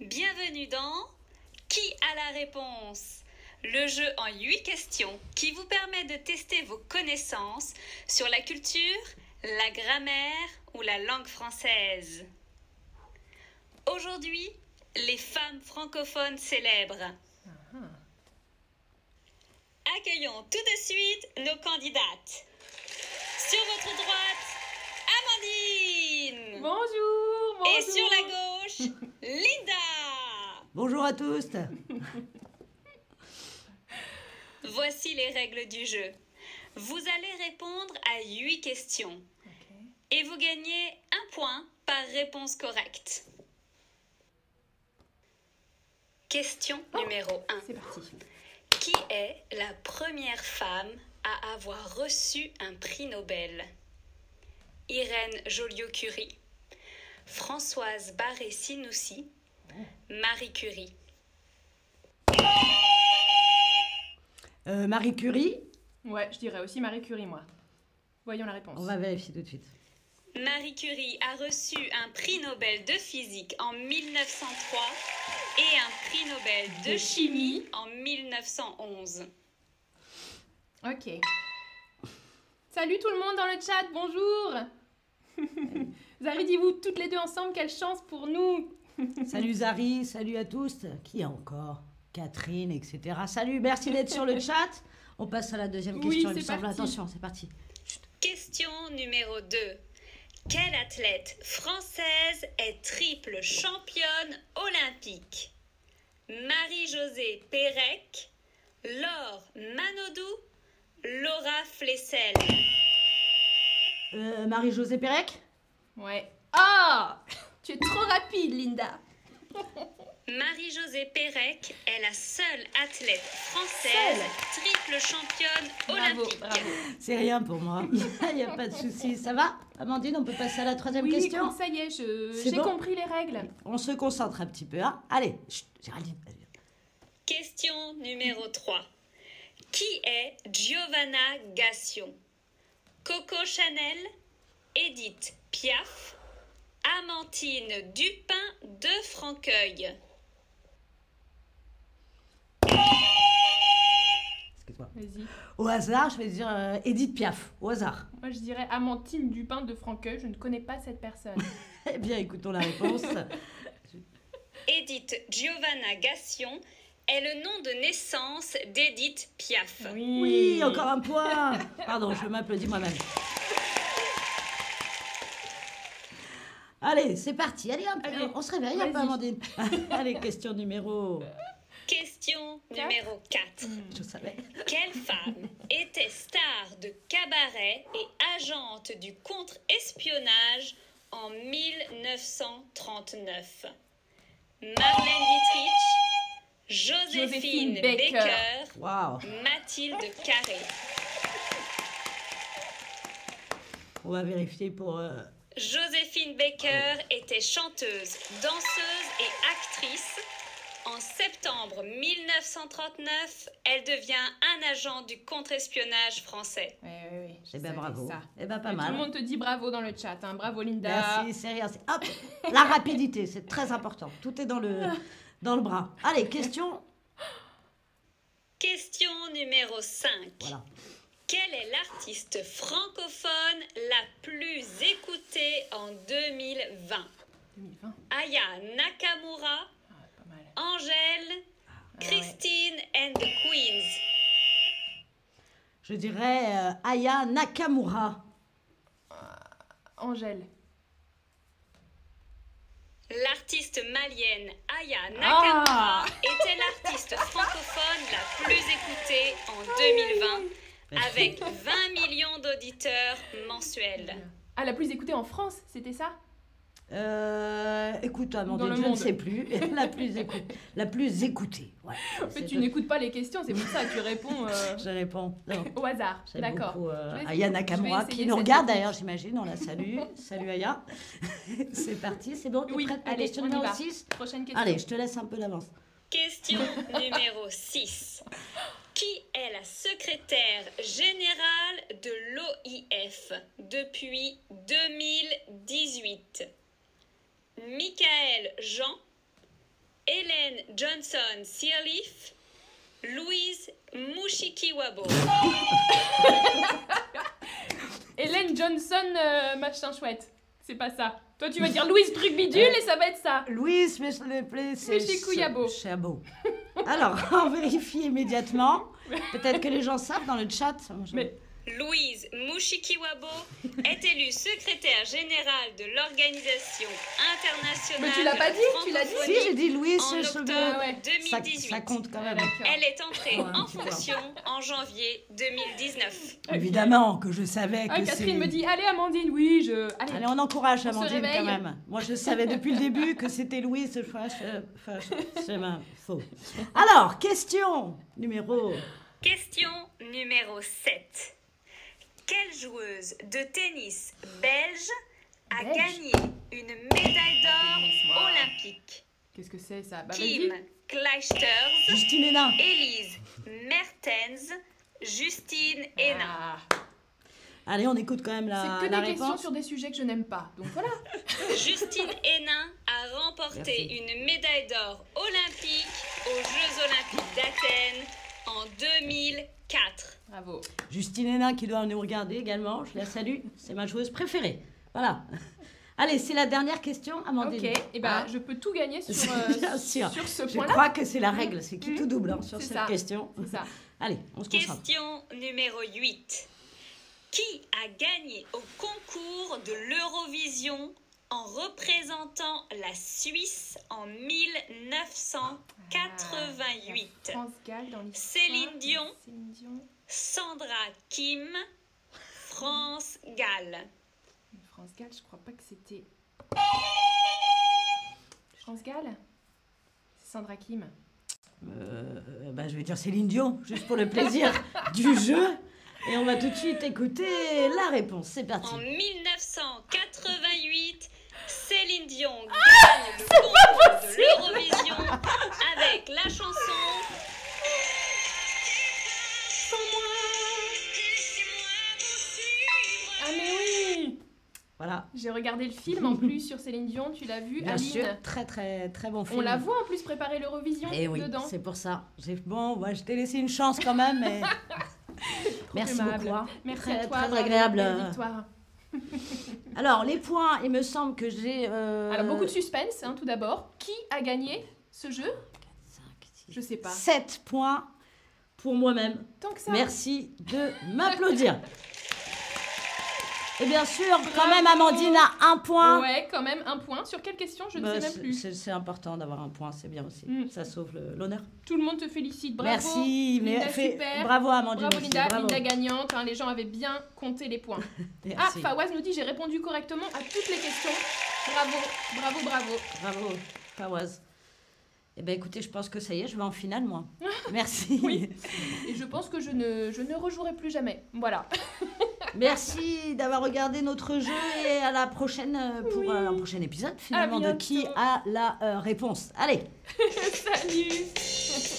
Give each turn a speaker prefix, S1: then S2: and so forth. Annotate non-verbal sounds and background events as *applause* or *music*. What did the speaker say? S1: bienvenue dans Qui a la réponse Le jeu en 8 questions qui vous permet de tester vos connaissances sur la culture, la grammaire ou la langue française. Aujourd'hui, les femmes francophones célèbres. Accueillons tout de suite nos candidates. Sur votre droite, Amandine
S2: Bonjour, bonjour.
S1: Et sur la gauche, Linda
S3: Bonjour à tous
S1: Voici les règles du jeu. Vous allez répondre à 8 questions
S2: Ok.
S1: et vous gagnez un point par réponse correcte. Question numéro 1.
S2: C'est parti.
S1: Qui est la première femme à avoir reçu un prix Nobel Irène Joliot-Curie, Françoise Barré-Sinoussi, Marie Curie.
S3: Euh, Marie Curie,
S2: Ouais, je dirais aussi Marie Curie, moi. Voyons la réponse.
S3: on va vérifier tout de suite.
S1: Marie Curie a reçu un prix Nobel de physique en 1903 et un prix Nobel de
S2: De
S1: chimie
S2: chimie.
S1: en 1911.
S2: Ok. Salut tout le monde dans le chat,
S3: *laughs*
S2: bonjour. Zari, dis-vous toutes les deux ensemble, quelle chance pour nous.
S3: Salut Zari, salut à tous. Qui a encore Catherine, etc. Salut, merci d'être sur le chat. On passe à la deuxième
S2: Oui,
S3: question, il
S2: c'est
S3: me semble.
S2: parti.
S3: Attention, c'est parti.
S1: Question numéro 2. Quelle athlète française est triple championne olympique Marie-Josée Pérec, Laure Manodou, Laura Flessel.
S3: Euh, Marie-Josée Pérec
S2: Ouais. Ah *laughs* Tu es trop rapide, Linda.
S1: Marie-Josée Pérec est la seule athlète française
S2: Seule.
S1: triple championne
S2: Bravo,
S1: olympique.
S2: bravo.
S3: C'est rien pour moi. *laughs* Il n'y a pas de souci. Ça va Amandine, on peut passer à la troisième
S2: Oui,
S3: question
S2: écoute, ça y est, je-
S3: C'est
S2: j'ai
S3: bon
S2: compris les règles.
S3: On se concentre un petit peu. Hein Allez, chut, Géraldine.
S1: Question numéro 3. Qui est Giovanna Gassion Coco Chanel, Edith Piaf, Amantine Dupin de Franqueuil.
S3: Excuse-moi.
S2: Vas-y.
S3: Au hasard, je vais dire euh, Edith Piaf. Au hasard.
S2: Moi, je dirais Amantine Dupin de Franqueuil. Je ne connais pas cette personne.
S3: Eh bien, écoutons la réponse.
S1: Edith Giovanna Gassion est le nom de naissance d'Edith Piaf.
S3: *laughs* oui, encore un point. Pardon, je m'applaudis moi-même. Allez, c'est parti. Allez, un peu,
S2: Allez,
S3: on se réveille un peu,
S2: vas-y.
S3: Amandine. *laughs* Allez, question numéro.
S1: Question
S2: Quatre.
S1: numéro 4.
S3: Je savais.
S1: Quelle femme était star de cabaret et agente du contre-espionnage en 1939 Marlène Dietrich, Joséphine
S2: Joséphine
S1: Baker,
S2: Baker.
S3: Waouh.
S1: Mathilde Carré.
S3: On va vérifier pour. euh,
S1: Joséphine Baker était chanteuse, danseuse et actrice. En septembre 1939, elle devient un agent du contre-espionnage français.
S2: Oui, oui, oui. je
S3: Eh ben
S2: savais
S3: bravo.
S2: ça.
S3: Eh ben pas
S2: Et Tout le
S3: mal.
S2: monde te dit bravo dans le chat. hein. Bravo, Linda.
S3: Merci, c'est rien. c'est- Hop, la rapidité, c'est très important. Tout est dans le dans le bras. Allez, question.
S1: Question numéro 5.
S3: Voilà.
S1: Quelle est l'artiste francophone la plus écoutée en 2020
S2: 2020.
S1: Aya Nakamura,
S2: Ah, pas mal.
S1: Angèle,
S2: ouais.
S1: Christine and the Queens.
S3: Je dirais euh, Aya Nakamura.
S2: Angèle.
S1: L'artiste malienne Aya Nakamura
S2: Ah
S1: était l'artiste francophone la plus écoutée en 2020 avec 20 millions d'auditeurs mensuels.
S2: Ah, la plus écoutée en France, c'était ça
S3: Euh, écoute,
S2: Dans
S3: Amandine,
S2: le
S3: je ne
S2: monde.
S3: sais plus. *laughs* la, plus écou- la plus écoutée.
S2: *laughs*
S3: Ouais,
S2: En fait, tu n'écoutes pas les questions, c'est pour ça que tu réponds
S3: *laughs*
S2: euh,
S3: Je réponds. Non.
S2: au hasard.
S3: J'aime
S2: D'accord.
S3: beaucoup, euh,
S2: Je vais-
S3: Aya
S2: je vais
S3: Nakamura
S2: essayer
S3: qui nous
S2: cette
S3: regarde
S2: technique.
S3: d'ailleurs, j'imagine. On
S2: *laughs*
S3: la salue. Salut Aya. *laughs* c'est parti, c'est bon. T'es
S2: Oui,
S3: prête pour
S2: allez,
S3: question
S2: on y
S3: numéro
S2: va.
S3: 6
S2: Prochaine question.
S3: Allez, je te laisse un peu d'avance.
S1: Question numéro 6. Qui est la secrétaire générale de l'OIF depuis 2018 Michael Jean, Hélène Johnson Sirleaf, Louise Mushikiwabo.
S2: Hélène Johnson, euh, machin chouette. C'est pas ça. Toi, tu vas dire Louise truc
S3: Euh,
S2: bidule et ça va être ça.
S3: Louise, mais je l'ai appelé, c'est
S2: chez
S3: Ch-
S2: Couillabo.
S3: Chabot. Alors, *laughs* on vérifie immédiatement. Peut-être que les gens savent dans le chat. Je-
S2: Mais-
S1: Louise Mushikiwabo est élue secrétaire générale de l'Organisation internationale.
S2: Mais tu l'as
S1: de
S2: pas
S1: la
S2: dit, tu l'as dit.
S3: Si,
S1: francophonie
S3: j'ai dit Louise
S1: en
S3: Chabot.
S1: octobre
S2: Ah ouais.
S3: Ça,
S1: 2018.
S3: ça compte quand même.
S2: D'accord.
S1: Elle est entrée
S3: Ouais,
S1: en
S3: tu vois.
S1: fonction en janvier 2019.
S2: Ok.
S3: Évidemment que je savais que
S2: Ah,
S3: c'est...
S2: Catherine me dit Allez, Amandine, oui, je. Allez.
S3: Allez, on encourage
S2: On se
S3: Amandine
S2: réveille.
S3: quand même. Moi, je savais depuis
S2: *laughs*
S3: le début que c'était Louise euh, Chemin. Faux. Alors, question numéro...
S1: Question numéro 7. Quelle joueuse de tennis belge a
S2: Belge
S1: gagné une médaille d'or
S2: wow.
S1: olympique
S2: Qu'est-ce que c'est ça Bah, vas-y.
S1: Kim Clijsters,
S3: Justine Hénin.
S1: Elise Mertens, Justine Hénin.
S2: Ah.
S3: Allez, on écoute quand même la,
S2: C'est que
S3: la
S2: des questions
S3: réponse.
S2: sur des sujets que je n'aime pas. Donc voilà.
S1: Justine Hénin a remporté
S3: Merci.
S1: une médaille d'or olympique aux Jeux olympiques d'Athènes en 2004.
S2: Bravo.
S3: Justine Hénin qui doit nous regarder également. Je la salue. C'est ma joueuse préférée. Voilà. Allez, c'est la dernière question, Amandine.
S2: Ok. Et bah,
S3: Ah,
S2: je peux tout gagner
S3: *laughs*
S2: sur,
S3: C'est
S2: euh,
S3: bien sûr.
S2: sur ce
S3: je
S2: point-là.
S3: crois que c'est la règle. C'est qui tout double hein, sur
S2: Mmh. C'est
S3: cette
S2: ça.
S3: question.
S2: C'est ça.
S3: Allez, on se concentre.
S1: Question numéro 8. Qui a gagné au concours de l'Eurovision en représentant la Suisse en 1988
S2: France Gall dans l'histoire.
S1: Céline Dion.
S2: Céline Dion.
S1: Sandra Kim, France Gall.
S2: France Gall, je crois pas que c'était. France Gall C'est Sandra Kim.
S3: Euh, bah, je vais dire Céline Dion, juste pour
S2: *laughs*
S3: le plaisir du jeu. Et on va tout de suite écouter la réponse. C'est parti.
S1: En 1988, Céline Dion gagne le concours de l'Eurovision avec la chanson Sans moi.
S2: Ah, mais oui
S3: Voilà.
S2: J'ai regardé le film en plus sur Céline Dion, tu l'as vu,
S3: Bien
S2: Aline
S3: sûr, très très très bon film.
S2: On la voit en plus préparer l'Eurovision
S3: Et oui,
S2: dedans.
S3: c'est pour ça. J'ai bon, ouais, je t'ai laissé une chance quand même.
S2: *laughs*
S3: Mais... Merci
S2: aimable.
S3: beaucoup. hein.
S2: Merci
S3: très,
S2: à toi.
S3: très
S2: bravo,
S3: agréable.
S2: belle victoire.
S3: Alors les points, il me semble que j'ai. euh,
S2: Alors beaucoup de suspense hein, tout d'abord. Qui a gagné ce jeu
S3: cinq, six,
S2: Je sais pas.
S3: sept points pour moi-même.
S2: Tant que ça.
S3: Merci de
S2: *laughs*
S3: m'applaudir. Et bien sûr, quand même, Amandine a un point.
S2: Ouais, quand même un point. Sur quelle question Je ne
S3: Bah,
S2: sais même
S3: c'est-
S2: plus.
S3: C'est c'est important d'avoir un point, c'est bien aussi.
S2: Mm.
S3: Ça sauve le- l'honneur.
S2: Tout le monde te félicite. Bravo.
S3: Merci, mais
S2: Linda,
S3: fait-
S2: super.
S3: bravo Amandine.
S2: Bravo
S3: aussi,
S2: Linda,
S3: bravo.
S2: Linda gagnante, hein, les gens avaient bien compté les points. Ah,
S3: Merci.
S2: Fawaz nous dit j'ai répondu correctement à toutes les questions. Bravo, bravo, bravo.
S3: Bravo, Fawaz. Eh bien, écoutez, je pense que ça y est, je vais en finale,
S2: *laughs*
S3: moi. Merci.
S2: Oui. Et je pense que je ne, je ne rejouerai plus jamais. Voilà. *laughs*
S3: Merci d'avoir regardé notre jeu et à la prochaine euh, pour
S2: Oui.
S3: euh, un prochain épisode, finalement, de
S2: bientôt.
S3: qui a la euh, réponse. Allez
S2: Salut.